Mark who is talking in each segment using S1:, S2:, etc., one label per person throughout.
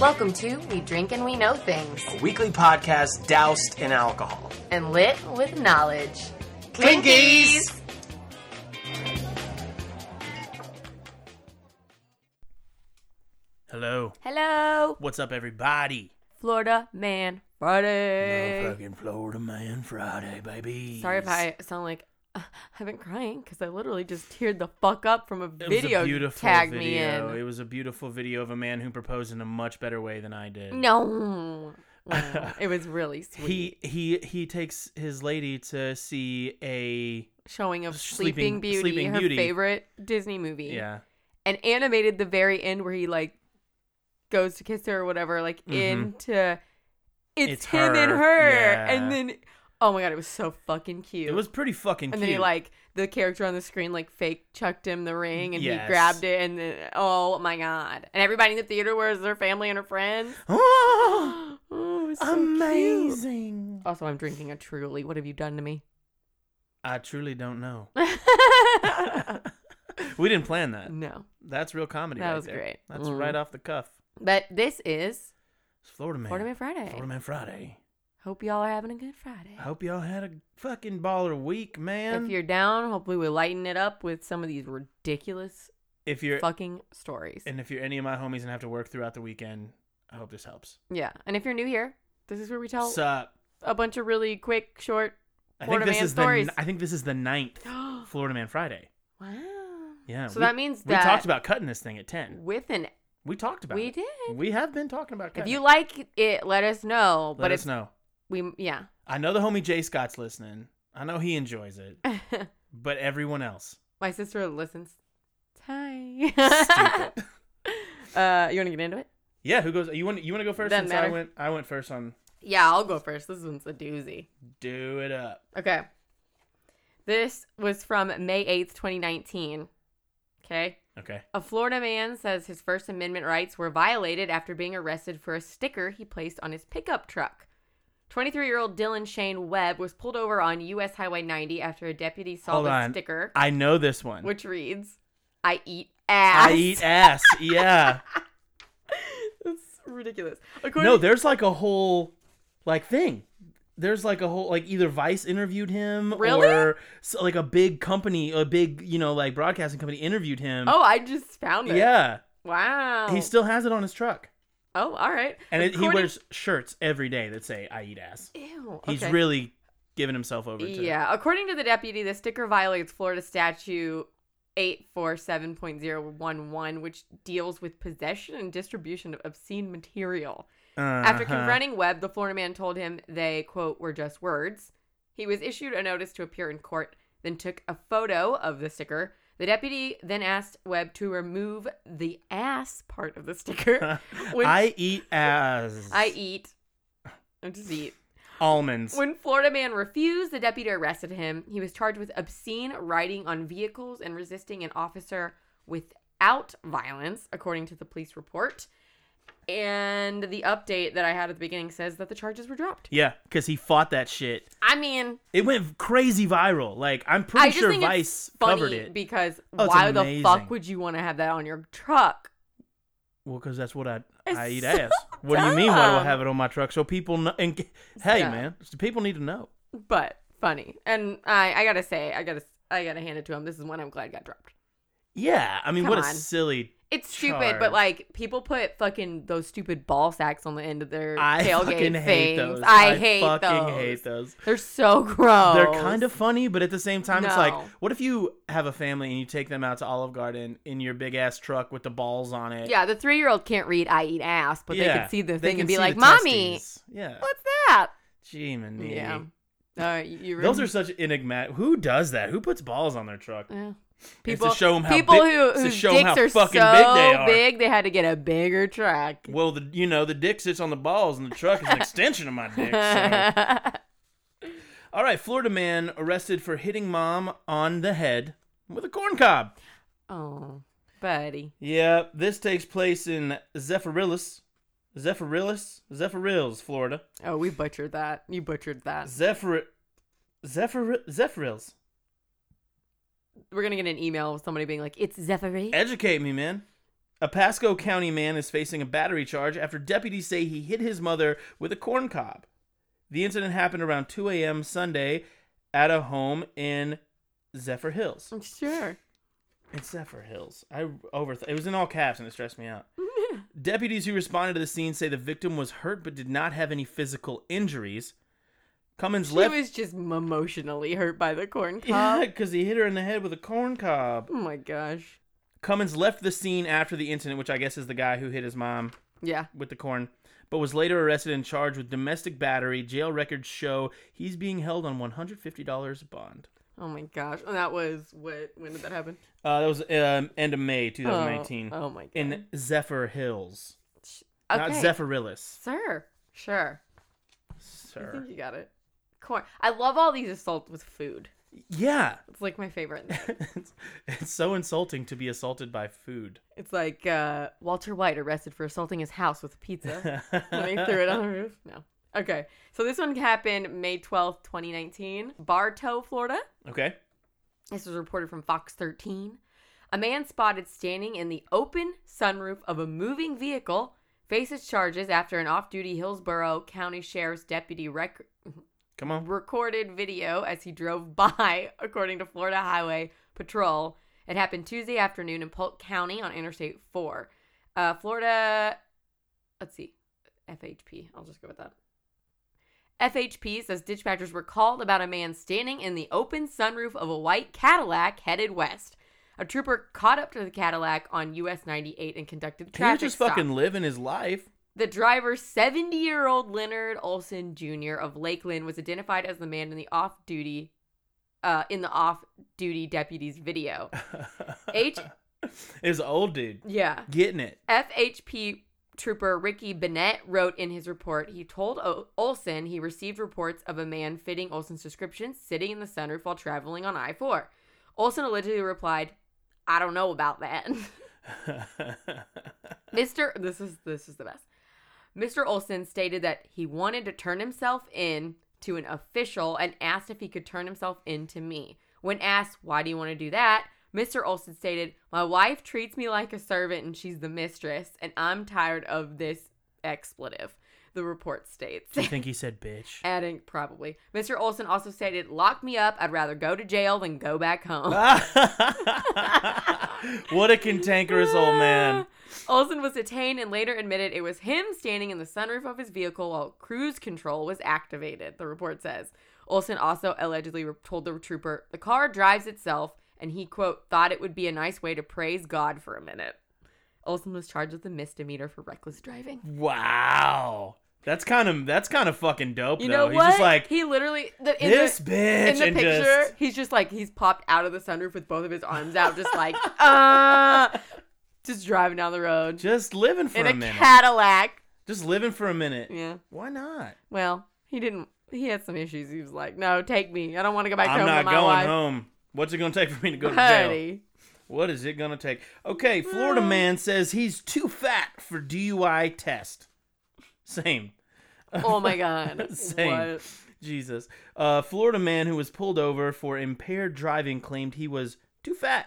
S1: Welcome to We Drink and We Know Things
S2: a weekly podcast doused in alcohol.
S1: and Lit with Knowledge.
S2: Clinkies!
S3: Hello.
S1: Hello,
S3: What's up, everybody?
S1: Florida Man Friday.
S3: Motherfucking Florida Man Friday, baby.
S1: Sorry if I sound like uh, I've been crying because I literally just teared the fuck up from a
S3: It was
S1: video
S3: a beautiful
S1: tagged
S3: video.
S1: me
S3: It was a beautiful video of a man who proposed in a much better way than I did.
S1: in. No, Wow, it was really sweet.
S3: He he he takes his lady to see a
S1: Showing of Sleeping,
S3: Sleeping-
S1: Beauty,
S3: Sleeping
S1: her
S3: Beauty.
S1: favorite Disney movie.
S3: yeah
S1: and animated the very end where he like goes to kiss her or whatever, like into it's,
S3: Mm-hmm. It's
S1: him and
S3: her,
S1: her,
S3: yeah.
S1: and then oh my god, it was so fucking cute.
S3: it was pretty fucking
S1: and
S3: cute.
S1: then he like the character on the screen like fake chucked him the ring and he
S3: Yes.
S1: grabbed it and then oh my god and everybody in the theater was their family and her friends
S3: oh,
S1: oh, it was so cute.
S3: amazing.
S1: also i'm drinking a truly what have you done to me
S3: I truly don't know. we didn't plan that.
S1: no
S3: That's real comedy.
S1: That
S3: right
S1: was
S3: there.
S1: great.
S3: That's
S1: Mm.
S3: right off the cuff.
S1: but this is
S3: It's Florida Man.
S1: Florida Man Friday.
S3: Florida Man Friday.
S1: hope y'all are having a good friday
S3: I hope y'all had a fucking baller week, man.
S1: If you're down, hopefully we lighten it up with some of these ridiculous
S3: if you're
S1: fucking stories.
S3: and if you're any of my homies and have to work throughout the weekend, I hope this helps.
S1: yeah. And if you're new here, this is where we tell
S3: Sup?
S1: a bunch of really quick, short.
S3: I
S1: Florida
S3: think this
S1: Man
S3: is
S1: stories.
S3: the n- I think this is the ninth
S1: wow.
S3: Florida Man Friday. Yeah.
S1: So
S3: we-
S1: that means
S3: we
S1: that
S3: talked about cutting this thing at ten.
S1: with an
S3: We talked about
S1: we
S3: it.
S1: did.
S3: We have been talking about
S1: If
S3: cutting.
S1: you like it, let us know.
S3: let
S1: but
S3: us
S1: it's
S3: know.
S1: we yeah.
S3: I know the homie Jay Scott's listening. I know he enjoys it, but everyone else.
S1: My sister listens. Hi.
S3: Stupid.
S1: uh, you want to get into it?
S3: yeah, who goes? You want you want to go 1st
S1: Doesn't
S3: since I
S1: matter.
S3: went I went first on
S1: Yeah, I'll go first. This one's a doozy.
S3: do it up.
S1: Okay. This was from May 8th, 2019. Okay.
S3: Okay.
S1: A Florida man says his First Amendment rights were violated after being arrested for a sticker he placed on his pickup truck. 23 year old Dylan Shane Webb was pulled over on U.S. Highway 90 after a deputy saw
S3: Hold
S1: the
S3: on.
S1: sticker,
S3: I know this one.
S1: which reads, I eat ass.
S3: I eat ass. Yeah.
S1: That's ridiculous.
S3: no,
S1: According-
S3: there's like a whole like thing. There's like a whole like either Vice interviewed him
S1: Really?
S3: or so, like a big company, a big you know like broadcasting company interviewed him.
S1: Oh, I just found it.
S3: yeah,
S1: Wow.
S3: he still has it on his truck,
S1: Oh, all right.
S3: and it, he
S1: According-
S3: wears shirts every day that say "I eat ass."
S1: Ew.
S3: He's
S1: okay.
S3: really giving himself over to
S1: Yeah, according to the deputy, the sticker violates Florida statute 847.011, which deals with possession and distribution of obscene material. After
S3: Uh-huh.
S1: confronting Webb, the Florida man told him they, quote, were just words. He was issued a notice to appear in court, then took a photo of the sticker. The deputy then asked Webb to remove the ass part of the sticker, which I,
S3: I eat ass.
S1: eat. I just eat.
S3: almonds.
S1: When Florida man refused, the deputy arrested him. He was charged with obscene riding on vehicles and resisting an officer without violence, according to the police report. And the update that I had at the beginning says that the charges were dropped.
S3: yeah, because he fought that shit.
S1: I mean,
S3: It went crazy viral. Like I'm
S1: I
S3: pretty
S1: just
S3: sure
S1: think
S3: Vice
S1: it's funny
S3: covered it.
S1: because
S3: Oh, it's
S1: why the
S3: amazing.
S1: fuck would you want to have that on your truck?
S3: Well, because that's what I
S1: It's
S3: I eat
S1: so
S3: ass. What do you mean? Why do I
S1: dumb.
S3: have it on my truck? So people know. And g- hey,
S1: Yeah.
S3: man, people need to know.
S1: But funny, and I, I gotta say, I gotta, I gotta hand it to him. This is one I'm glad got dropped.
S3: Yeah, I mean,
S1: Come
S3: what
S1: on.
S3: a silly.
S1: It's stupid, but
S3: Charge.
S1: like people put fucking those stupid ball sacks on the end of their
S3: I
S1: tailgate
S3: fucking
S1: things.
S3: hate those.
S1: I, hate
S3: fucking
S1: those.
S3: hate those.
S1: They're so gross.
S3: They're kind of funny, but at the same time, it's like,
S1: No.
S3: what if you have a family and you take them out to Olive Garden in your big ass truck with the balls on it?
S1: yeah. The three year old can't read. I eat ass, but they
S3: Yeah,
S1: can see the
S3: they
S1: thing
S3: can
S1: and be
S3: see
S1: like,
S3: the
S1: "Mommy,
S3: testes. Yeah.
S1: what's that?"
S3: Gee, man.
S1: Yeah. Uh, you, you
S3: Those
S1: remember-
S3: are such enigmatic. Who does that? Who puts balls on their truck?
S1: Yeah.
S3: It's
S1: people.
S3: to show 'em how
S1: people
S3: big-
S1: who
S3: it's to
S1: whose
S3: show 'em
S1: dicks
S3: how
S1: are
S3: fucking
S1: so
S3: big they are.
S1: big, they had to get a bigger track.
S3: Well, the you know the dick sits on the balls, and the truck is an extension of my dick. so-
S1: That's
S3: All right, Florida man arrested for hitting mom on the head with a corn cob.
S1: oh, buddy.
S3: Yeah, this takes place in Zephyrillis, Zephyrillis, Zephyrills, Florida.
S1: Oh, we butchered that. You butchered that.
S3: Zephyr, Zephyr, Zephyrills.
S1: we're gonna get an email with somebody being like, "It's Zephyr."
S3: Educate me, man. A Pasco County man is facing a battery charge after deputies say he hit his mother with a corn cob. The incident happened around 2 a.m. Sunday at a home in Zephyr Hills.
S1: Sure.
S3: It's Zephyr Hills. I overth- it was in all caps and it stressed me out. Deputies who responded to the scene say the victim was hurt but did not have any physical injuries. Cummins
S1: She
S3: left
S1: was just emotionally hurt by the corn cob.
S3: yeah, because he hit her in the head with a corn cob.
S1: Oh my gosh.
S3: Cummins left the scene after the incident, which I guess is the guy who hit his mom
S1: Yeah.
S3: with the corn, but was later arrested and charged with domestic battery. Jail records show he's being held on $150 bond.
S1: Oh my gosh. And that was what? When did that happen?
S3: Uh, that was um, end of May 2019
S1: Oh, oh my god.
S3: in Zephyr Hills,
S1: okay.
S3: not Zephyrillis,
S1: Sir. Sure. I
S3: sir.
S1: think you got it. Corn. I love all these assaults with food.
S3: Yeah,
S1: It's like my favorite.
S3: it's, it's so insulting to be assaulted by food.
S1: It's like uh, Walter White arrested for assaulting his house with a pizza when he threw it on the roof. No. Okay. So this one happened May 12th, 2019, Bartow, Florida.
S3: Okay.
S1: This was reported from Fox 13. A man spotted standing in the open sunroof of a moving vehicle faces charges after an off duty Hillsborough County Sheriff's deputy rec-
S3: Come on.
S1: recorded video as he drove by, according to Florida Highway Patrol. It happened Tuesday afternoon in Polk County on Interstate 4. Uh, Florida, let's see, FHP. I'll just go with that. FHP says dispatchers were called about a man standing in the open sunroof of a white Cadillac headed west. A trooper caught up to the Cadillac on US 98 and conducted a
S3: He was
S1: traffic
S3: just
S1: stop.
S3: fucking living his life.
S1: The driver, 70 year old Leonard Olson Jr. of Lakeland, was identified as the man in the off duty. Uh, in the off-duty deputy's video, H
S3: Is old dude
S1: yeah,
S3: getting it?
S1: FHP trooper Ricky Bennett wrote in his report he told o- Olson he received reports of a man fitting Olson's description sitting in the sunroof while traveling on I-4. Olson allegedly replied, "I don't know about that." Mr. This is this is the best. Mr. Olson stated that he wanted to turn himself in to an official and asked if he could turn himself in to me. When asked, "Why do you want to do that?" Mr. Olson stated, "My wife treats me like a servant and she's the mistress and I'm tired of this expletive." The report states.
S3: Do you think he said bitch?
S1: Adding probably. Mr. Olson also stated, "Lock me up. I'd rather go to jail than go back home."
S3: what a cantankerous old man.
S1: Olson was detained and later admitted it was him standing in the sunroof of his vehicle while cruise control was activated, the report says. Olson also allegedly re- told the trooper the car drives itself and he, quote, thought it would be a nice way to praise God for a minute. Olson was charged with a misdemeanor for reckless driving.
S3: Wow. That's kind of that's kind of fucking dope
S1: You
S3: though.
S1: know
S3: he's
S1: what?
S3: just like
S1: he literally the, in
S3: this
S1: the,
S3: bitch
S1: in the
S3: and
S1: picture,
S3: just
S1: he's just like he's popped out of the sunroof with both of his arms out, just like uh, just driving down the road
S3: just living for
S1: in
S3: a,
S1: a
S3: minute.
S1: Cadillac.
S3: Just living for a minute.
S1: Yeah.
S3: Why not?
S1: Well, he didn't. He had some issues. He was like, "No, take me. I don't want to go back
S3: I'm
S1: home to
S3: not
S1: my
S3: going
S1: wife."
S3: home. What's it gonna take for me to go to jail?
S1: Honey.
S3: What is it gonna take? Okay, Florida man says he's too fat for DUI test. Same.
S1: Oh my god.
S3: Same.
S1: What?
S3: Jesus. A Florida man who was pulled over for impaired driving claimed he was too fat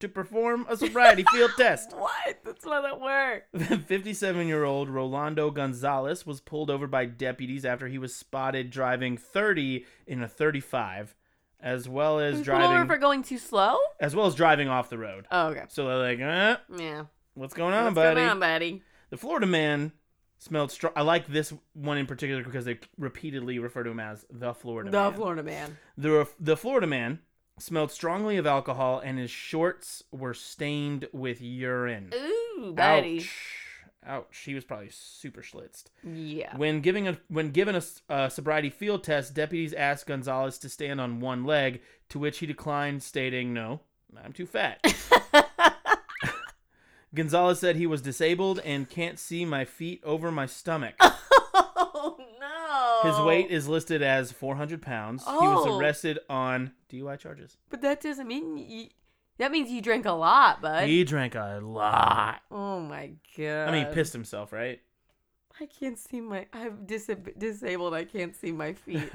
S3: to perform a sobriety field test.
S1: What? That's not that word.
S3: The 57 year old Rolando Gonzalez was pulled over by deputies after he was spotted driving 30 in a 35, as well as
S1: He's pulled over
S3: driving
S1: for going too slow.
S3: as well as driving off the road.
S1: Oh, okay.
S3: So they're like, eh,
S1: Yeah.
S3: what's going on,
S1: What's
S3: buddy?
S1: going on, buddy?
S3: The Florida man smelled strong. I like this one in particular because they repeatedly refer to him as the Florida
S1: The
S3: man.
S1: Florida man.
S3: The, ref- the Florida man smelled strongly of alcohol and his shorts were stained with urine.
S1: Ooh, buddy.
S3: Ouch. Ouch. He was probably super schlitzed.
S1: Yeah.
S3: When giving a when given a, s- a sobriety field test, deputies asked Gonzalez to stand on one leg, to which he declined, stating, "No, I'm too fat." Gonzalez said he was disabled and can't see my feet over my stomach.
S1: Oh no.
S3: His weight is listed as 400 pounds. He was
S1: Oh.
S3: arrested on DUI charges.
S1: But that doesn't mean you, that means you drink a lot, bud.
S3: He drank a lot.
S1: oh my god.
S3: I mean, he pissed himself, right?
S1: I can't see my. I'm disab- disabled. I can't see my feet.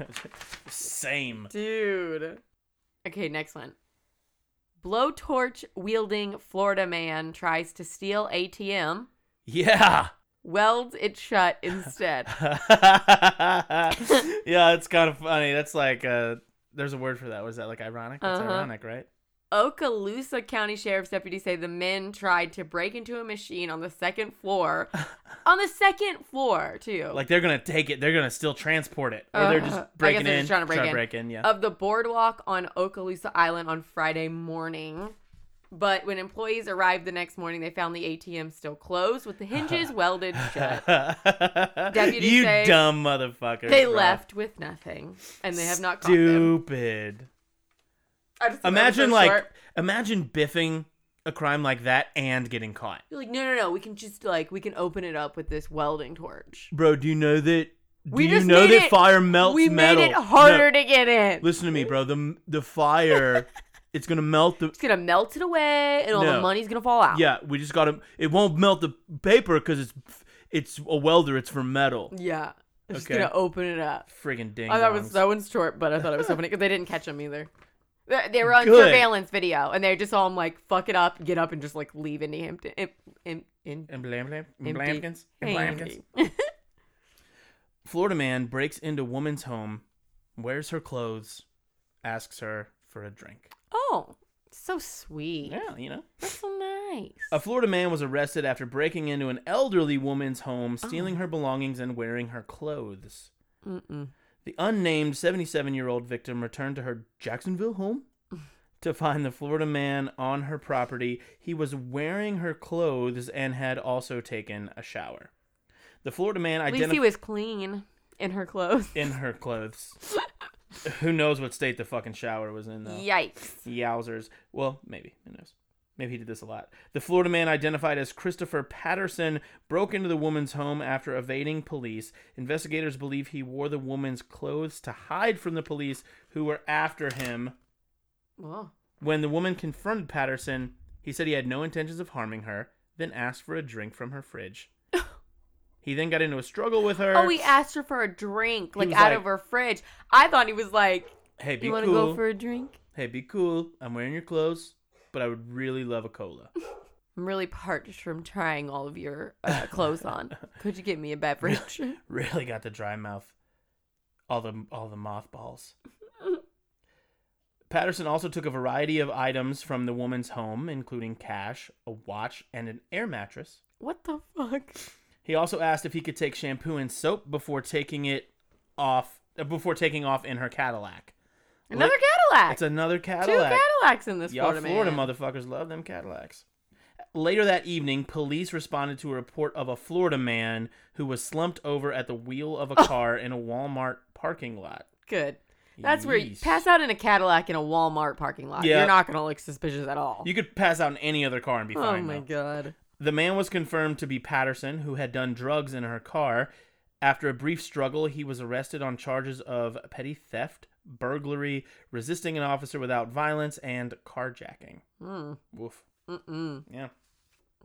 S3: Same.
S1: Dude. Okay, next one. Blowtorch wielding Florida man tries to steal ATM,
S3: Yeah.
S1: welds it shut instead.
S3: yeah, it's kind of funny. That's like uh there's a word for that. Was that like ironic? That's
S1: Uh-huh.
S3: ironic, right?
S1: Okaloosa County Sheriff's deputies say the men tried to break into a machine on the second floor. on the second floor, too.
S3: Like they're gonna take it, they're gonna still transport it. Or they're
S1: Uh, I guess
S3: just breaking
S1: they're
S3: in.
S1: just trying to break in.
S3: yeah.
S1: of the boardwalk on Okaloosa Island on Friday morning. But when employees arrived the next morning, they found the ATM still closed with the hinges welded shut. Deputies
S3: you
S1: Oh. say
S3: dumb motherfucker.
S1: They left with nothing, and they have not caught them.
S3: Stupid.
S1: I just thought that was so
S3: Imagine like
S1: short.
S3: imagine biffing a crime like that and getting caught.
S1: You're like, no, no, no. We can just like we can open it up with this welding torch.
S3: Bro, do you know that do
S1: We
S3: you
S1: just
S3: know
S1: made
S3: that
S1: it-
S3: fire melts
S1: we
S3: metal?
S1: made it
S3: No.
S1: harder to get in.
S3: Listen to me, bro. The the fire, it's gonna melt the.
S1: It's gonna melt it away, and all
S3: No.
S1: the money's gonna fall out.
S3: Yeah, we just gotta. It won't melt the paper because it's it's a welder. It's for metal.
S1: yeah. I'm just
S3: Okay.
S1: gonna open it up.
S3: Friggin' ding.
S1: I thought it was
S3: dongs.
S1: Oh, that one's short, but I thought it was so funny because they didn't catch him either. They, they were on
S3: Good.
S1: surveillance video, and they just saw him like fuck it up, get up, and just like leave Indy Hampton. In, in, in,
S3: And blam blam and
S1: empty
S3: blamkins and blamkins.
S1: handy.
S3: Florida man breaks into woman's home, wears her clothes, asks her for a drink.
S1: oh, so sweet.
S3: Yeah, you know.
S1: That's so nice.
S3: A Florida man was arrested after breaking into an elderly woman's home,
S1: Oh.
S3: stealing her belongings and wearing her clothes.
S1: Mm-mm.
S3: The unnamed 77 year old victim returned to her Jacksonville home to find the Florida man on her property. He was wearing her clothes and had also taken a shower. The Florida man
S1: At least he
S3: identified
S1: was clean in her clothes.
S3: in her clothes. Who knows what state the fucking shower was in, though?
S1: Yikes.
S3: Yowzers. Well, maybe. Who knows? Maybe he did this a lot. The Florida man identified as Christopher Patterson broke into the woman's home after evading police. Investigators believe he wore the woman's clothes to hide from the police who were after him.
S1: Whoa.
S3: When the woman confronted Patterson, he said he had no intentions of harming her, then asked for a drink from her fridge. he then got into a struggle with her.
S1: Oh, he asked her for a drink, like
S3: was
S1: out
S3: like-
S1: of her fridge. I thought he was like,
S3: hey, be
S1: "You want to
S3: cool.
S1: go for a drink?
S3: hey, be cool. I'm wearing your clothes, but I would really love a cola.
S1: I'm really parched from trying all of your uh, clothes on. Could you get me a beverage?"
S3: really got the dry mouth. All the all the mothballs. Patterson also took a variety of items from the woman's home, including cash, a watch, and an air mattress.
S1: What the fuck?
S3: He also asked if he could take shampoo and soap before taking it off uh, before taking off in her Cadillac.
S1: Another
S3: Lick-
S1: Cadillac.
S3: It's another
S1: Two
S3: Cadillac.
S1: Cadillacs in this
S3: Y'all
S1: Florida,
S3: Florida,
S1: man.
S3: motherfuckers love them Cadillacs. Later that evening, police responded to a report of a Florida man who was slumped over at the wheel of a
S1: Ah.
S3: car in a Walmart parking lot.
S1: Good. That's where you
S3: Yeesh.
S1: pass out in a Cadillac in a Walmart parking lot.
S3: Yeah.
S1: You're not gonna look suspicious at all.
S3: You could pass out in any other car and be
S1: oh
S3: fine.
S1: my
S3: though.
S1: god.
S3: The man was confirmed to be Patterson, who had done drugs in her car. After a brief struggle, he was arrested on charges of petty theft, burglary, resisting an officer without violence, and carjacking.
S1: Mm.
S3: Woof.
S1: Mm-mm.
S3: Yeah.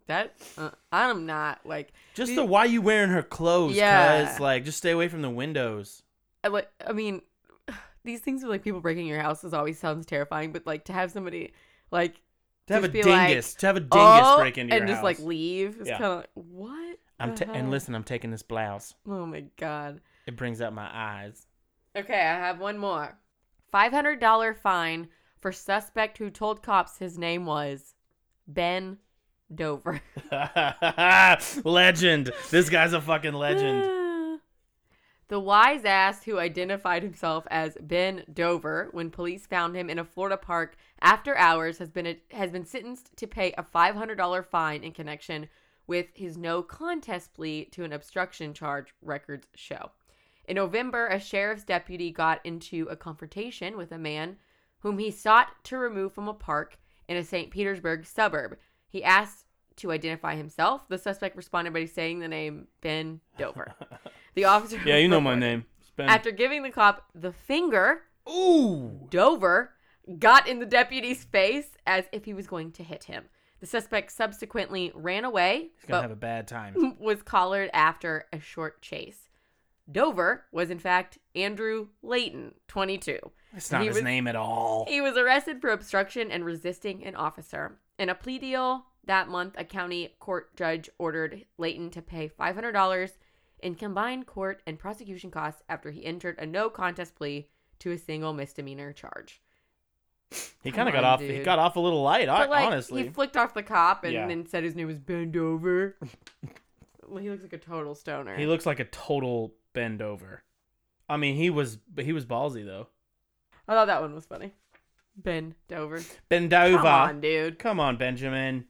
S1: That uh, I'm not like.
S3: Just
S1: Do-
S3: the why you wearing her clothes,
S1: Yeah.
S3: cuz like just stay away from the windows.
S1: I, like, I mean, these things with like people breaking your house is always sounds terrifying, but like to have somebody like
S3: To have
S1: Just
S3: a
S1: be like,
S3: dingus, to have a dingus
S1: oh,
S3: break into your
S1: and just
S3: house.
S1: like leave. It's
S3: Yeah.
S1: kind of like what?
S3: I'm
S1: the
S3: ta- and
S1: hell?
S3: listen, I'm taking this blouse.
S1: Oh my god.
S3: It brings out my eyes.
S1: Okay, I have one more. $500 fine for suspect who told cops his name was Ben Dover.
S3: legend. This guy's a fucking legend.
S1: the wise ass who identified himself as Ben Dover when police found him in a Florida park after hours has been has been sentenced to pay a $500 fine in connection with his no contest plea to an obstruction charge records show. In November, a sheriff's deputy got into a confrontation with a man whom he sought to remove from a park in a St. Petersburg suburb. He asked to identify himself. The suspect responded by saying the name Ben Dover. The officer.
S3: Yeah, you know my
S1: reported.
S3: name. It's Ben.
S1: After giving the cop the finger,
S3: Ooh.
S1: Dover got in the deputy's face as if he was going to hit him. The suspect subsequently ran away,
S3: He's gonna
S1: but
S3: have a bad time.
S1: was collared after a short chase. Dover was in fact Andrew Layton, 22.
S3: That's not
S1: He
S3: his
S1: was-
S3: name at all.
S1: He was arrested for obstruction and resisting an officer. In a plea deal that month, a county court judge ordered Layton to pay $500 in combined court and prosecution costs after he entered a no contest plea to a single misdemeanor charge.
S3: He kind of
S1: Come
S3: got
S1: on,
S3: off. He
S1: dude.
S3: got off a little light, hon-
S1: But like,
S3: honestly.
S1: he flicked off the cop and
S3: Yeah.
S1: then said his name was Bendover. he looks like a total stoner.
S3: He looks like a total bend over. I mean, he was but he was ballsy though.
S1: I thought that one was funny. Ben Dover.
S3: Bend over.
S1: Come on, dude.
S3: Come on, Benjamin.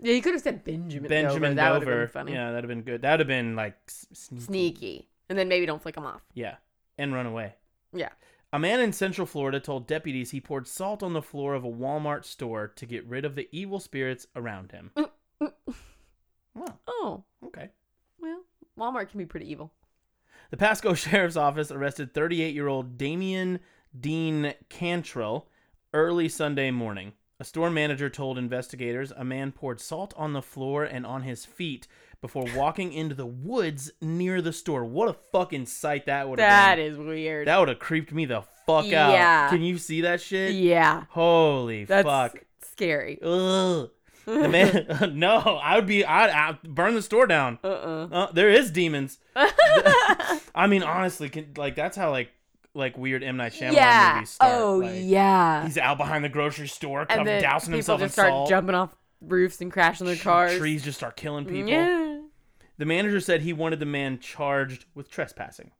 S1: Yeah, you could have said Benjamin. Dover.
S3: Benjamin
S1: That would
S3: Dover.
S1: have been funny.
S3: Yeah, that'd have been good. That'd have been like s- sneaky.
S1: Sneaky. And then maybe don't flick him off.
S3: Yeah, and run away.
S1: Yeah.
S3: A man in Central Florida told deputies he poured salt on the floor of a Walmart store to get rid of the evil spirits around him. well,
S1: Oh,
S3: okay.
S1: well, Walmart can be pretty evil.
S3: The Pasco Sheriff's Office arrested 38 year old Damian Dean Cantrell early Sunday morning. A store manager told investigators a man poured salt on the floor and on his feet before walking into the woods near the store. What a fucking sight that would have
S1: That
S3: been.
S1: is weird.
S3: That would have creeped me the fuck out.
S1: Yeah.
S3: Can you see that shit?
S1: yeah.
S3: Holy
S1: That's
S3: fuck.
S1: scary.
S3: Ugh. The man, no, I would be, I'd, I'd burn the store down.
S1: Uh-uh.
S3: Uh, there is demons. I mean, honestly, can, like that's how like like weird M Night Shyamalan
S1: Yeah.
S3: movies start.
S1: Oh,
S3: like,
S1: yeah.
S3: He's out behind the grocery store,
S1: And
S3: covered,
S1: then
S3: dousing
S1: people
S3: himself in
S1: just start
S3: salt.
S1: jumping off roofs and crashing their cars. Mm,
S3: Trees just start killing people.
S1: Yeah.
S3: The manager said he wanted the man charged with trespassing.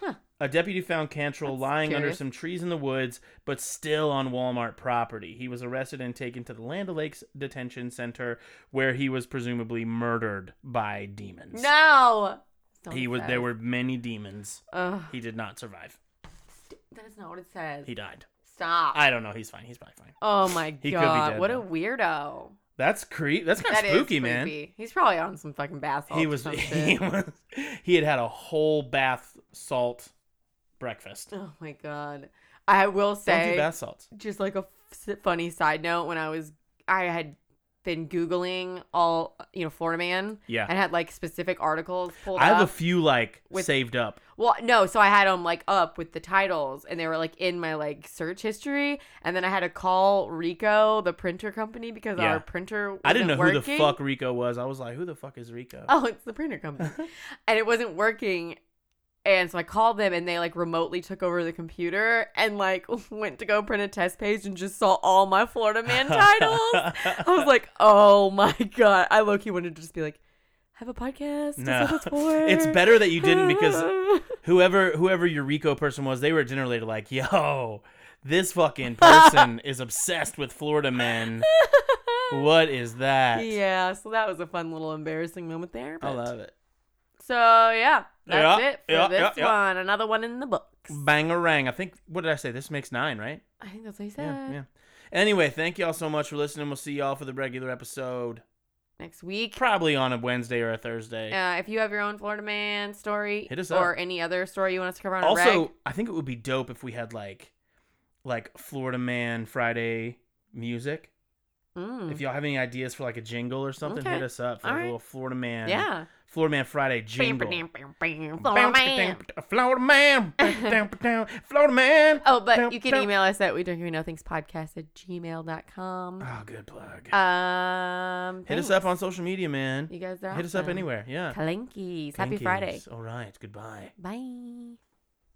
S1: Huh.
S3: A deputy found Cantrell
S1: That's
S3: lying under
S1: curious.
S3: some trees in the woods, but still on Walmart property. He was arrested and taken to the Land O'Lakes Detention Center, where he was presumably murdered by demons.
S1: No. Don't
S3: he was.
S1: say.
S3: There were many demons.
S1: Ugh.
S3: He did not survive.
S1: That is not what it says.
S3: He died.
S1: Stop.
S3: I don't know. He's fine. He's probably fine.
S1: oh my
S3: He could be
S1: god.
S3: dead
S1: what
S3: now.
S1: a weirdo.
S3: That's creep. That's kind
S1: That
S3: of
S1: is
S3: spooky, man.
S1: creepy. He's probably on some fucking bath salts
S3: He
S1: or
S3: was.
S1: some
S3: He
S1: shit.
S3: was. He had had a whole bath salt breakfast.
S1: oh my god. I will
S3: Don't
S1: say
S3: do bath salts.
S1: just like a f- funny side note when i was i had been googling all you know florida man
S3: Yeah.
S1: and had like specific articles pulled
S3: I have a
S1: up
S3: few like
S1: with-
S3: saved up.
S1: well no so i had them like up with the titles and they were like in my like search history and then i had to call rico the printer company because
S3: Yeah.
S1: our printer wasn't
S3: I didn't know who the
S1: working.
S3: fuck Rico was. I was like, who the fuck is Rico?
S1: oh it's the printer company and it wasn't working and so I called them and they like remotely took over the computer and like went to go print a test page and just saw all my Florida Man titles. I was like, oh my god. I low key wanted to just be like, have a podcast. Is
S3: no,
S1: that what for?
S3: it's better that you didn't because whoever whoever your Rico person was, they were at dinner later like, yo, this fucking person is obsessed with Florida men. What is that?
S1: yeah, so that was a fun little embarrassing moment there.
S3: I
S1: but-
S3: love it.
S1: So yeah, that's
S3: Yeah,
S1: it for
S3: yeah,
S1: this
S3: yeah, yeah.
S1: one. Another one in the books.
S3: Bangarang. I think what did I say? This makes nine, right?
S1: I think that's what he said.
S3: Yeah, yeah. Anyway, thank y'all so much for listening. We'll see y'all for the regular episode.
S1: Next week.
S3: Probably on a Wednesday or a Thursday.
S1: Uh, if you have your own Florida man story
S3: Hit us
S1: or
S3: up.
S1: any other story you want us to cover on a reg,
S3: also, I think it would be dope if we had like like Florida Man Friday music.
S1: Mm.
S3: If y'all have any ideas for like a jingle or something,
S1: Okay.
S3: hit us up for
S1: All
S3: like, a
S1: right.
S3: little Florida Man.
S1: yeah.
S3: Florida Man Friday jingle.
S1: Florida man.
S3: Florida Man. Florida Man.
S1: Oh, but you can email us at we don't give no things podcast at gmail.com.
S3: Oh, good plug.
S1: Um,
S3: Hit us
S1: Uh, thanks.
S3: up on social media, man.
S1: You guys are
S3: Hit us up
S1: awesome.
S3: anywhere. Yeah.
S1: Kalinkies. Happy
S3: Thank yous.
S1: Friday.
S3: All right. Goodbye.
S1: Bye.